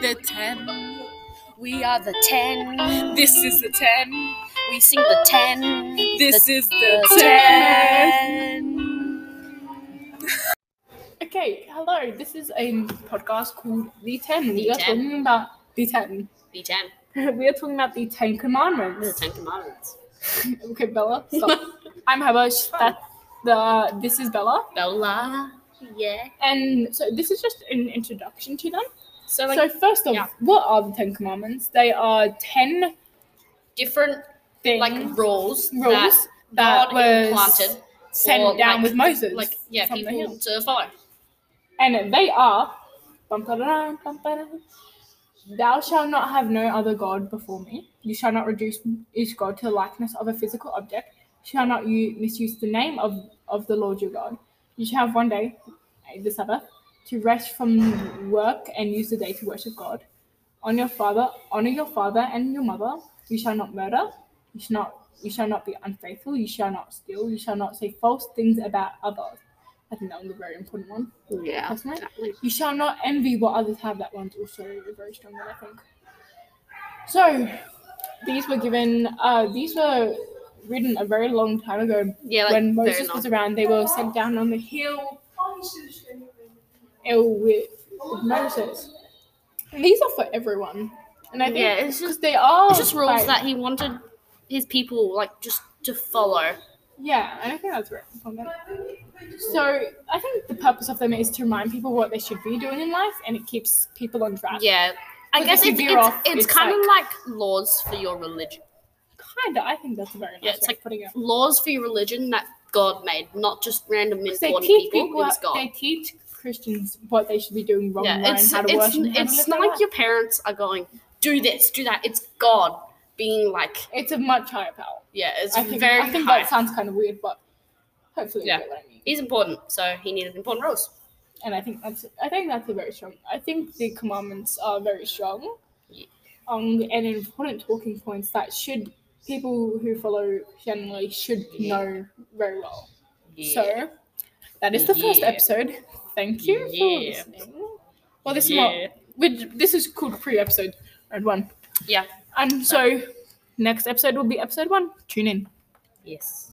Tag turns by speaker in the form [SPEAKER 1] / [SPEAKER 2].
[SPEAKER 1] the ten.
[SPEAKER 2] We are the ten.
[SPEAKER 1] This is the ten.
[SPEAKER 2] We sing the ten.
[SPEAKER 1] This is the
[SPEAKER 2] the
[SPEAKER 1] ten.
[SPEAKER 2] ten.
[SPEAKER 1] Okay, hello. This is a podcast called The Ten. We are
[SPEAKER 2] Ten.
[SPEAKER 1] talking about the ten.
[SPEAKER 2] The ten.
[SPEAKER 1] We are talking about the Ten
[SPEAKER 2] The
[SPEAKER 1] Commandments.
[SPEAKER 2] ten commandments.
[SPEAKER 1] Okay, Bella, stop. I'm Habash. That the this is Bella,
[SPEAKER 2] Bella. Yeah.
[SPEAKER 1] and so this is just an introduction to them.
[SPEAKER 2] So like
[SPEAKER 1] so first off,
[SPEAKER 2] yeah.
[SPEAKER 1] what are the Ten Commandments? They are ten
[SPEAKER 2] different
[SPEAKER 1] things
[SPEAKER 2] like rules, that
[SPEAKER 1] rules that
[SPEAKER 2] God
[SPEAKER 1] was
[SPEAKER 2] implanted
[SPEAKER 1] sent
[SPEAKER 2] or,
[SPEAKER 1] down
[SPEAKER 2] like,
[SPEAKER 1] with Moses.
[SPEAKER 2] like yeah
[SPEAKER 1] from the
[SPEAKER 2] people
[SPEAKER 1] hill.
[SPEAKER 2] to follow.
[SPEAKER 1] and they are. bum, ba-da-dum, bum, ba-da-dum. Thou shalt not have no other god before me. You shall not reduce each god to the likeness of a physical object. You shall not u- misuse the name of, of the Lord your God. You shall have one day, eh, the Sabbath, to rest from work and use the day to worship God. On your father, honor your father and your mother. You shall not murder. You shall not. You shall not be unfaithful. You shall not steal. You shall not say false things about others. I think that was a very important one.
[SPEAKER 2] Yeah.
[SPEAKER 1] That's right. You shall not envy what others have. That one's also a very strong one, I think. So, these were given, uh, these were written a very long time ago.
[SPEAKER 2] Yeah, like
[SPEAKER 1] when
[SPEAKER 2] very
[SPEAKER 1] Moses
[SPEAKER 2] long.
[SPEAKER 1] was around, they were sent down on the hill uh, with with Moses. And these are for everyone. And I think
[SPEAKER 2] Yeah, it's
[SPEAKER 1] because
[SPEAKER 2] just
[SPEAKER 1] they are.
[SPEAKER 2] it's just rules
[SPEAKER 1] like-
[SPEAKER 2] that he wanted his people like just to follow.
[SPEAKER 1] Yeah, I think that's right. So I think the purpose of them is to remind people what they should be doing in life, and it keeps people on track.
[SPEAKER 2] Yeah. I
[SPEAKER 1] But
[SPEAKER 2] guess
[SPEAKER 1] if you
[SPEAKER 2] it's
[SPEAKER 1] veer
[SPEAKER 2] it's,
[SPEAKER 1] off,
[SPEAKER 2] it's,
[SPEAKER 1] it's
[SPEAKER 2] kind of like laws for your religion.
[SPEAKER 1] Kinda, I think that's a very nice
[SPEAKER 2] Yeah,
[SPEAKER 1] way
[SPEAKER 2] it's
[SPEAKER 1] of putting it.
[SPEAKER 2] laws for your religion that God made, not just random
[SPEAKER 1] 'Cause They
[SPEAKER 2] important
[SPEAKER 1] teach
[SPEAKER 2] people.
[SPEAKER 1] people,
[SPEAKER 2] it's God.
[SPEAKER 1] they teach Christians what they should be doing wrong
[SPEAKER 2] yeah,
[SPEAKER 1] and right, and
[SPEAKER 2] it's
[SPEAKER 1] how to
[SPEAKER 2] it's
[SPEAKER 1] worship. and how to
[SPEAKER 2] it's
[SPEAKER 1] live
[SPEAKER 2] not
[SPEAKER 1] their
[SPEAKER 2] like
[SPEAKER 1] life.
[SPEAKER 2] your parents are going do this, do that. It's God being like,
[SPEAKER 1] It's a much higher power.
[SPEAKER 2] yeah, it's
[SPEAKER 1] I think,
[SPEAKER 2] very
[SPEAKER 1] I think
[SPEAKER 2] high.
[SPEAKER 1] that sounds kind of weird, but hopefully
[SPEAKER 2] Yeah.
[SPEAKER 1] you get what I mean.
[SPEAKER 2] He's important, so he needed important rules.
[SPEAKER 1] And I think that's I think that's a very strong. I think the commandments are very strong,
[SPEAKER 2] Yeah.
[SPEAKER 1] um, and important talking points that should people who follow Christianity should
[SPEAKER 2] Yeah.
[SPEAKER 1] know very well.
[SPEAKER 2] Yeah.
[SPEAKER 1] So that is the first
[SPEAKER 2] Yeah.
[SPEAKER 1] episode. Thank you for
[SPEAKER 2] Yeah.
[SPEAKER 1] listening. Well, this
[SPEAKER 2] Yeah.
[SPEAKER 1] is what we this is called pre-episode round one,
[SPEAKER 2] yeah, Uh-huh.
[SPEAKER 1] and so next episode will be episode one. Tune in.
[SPEAKER 2] yes.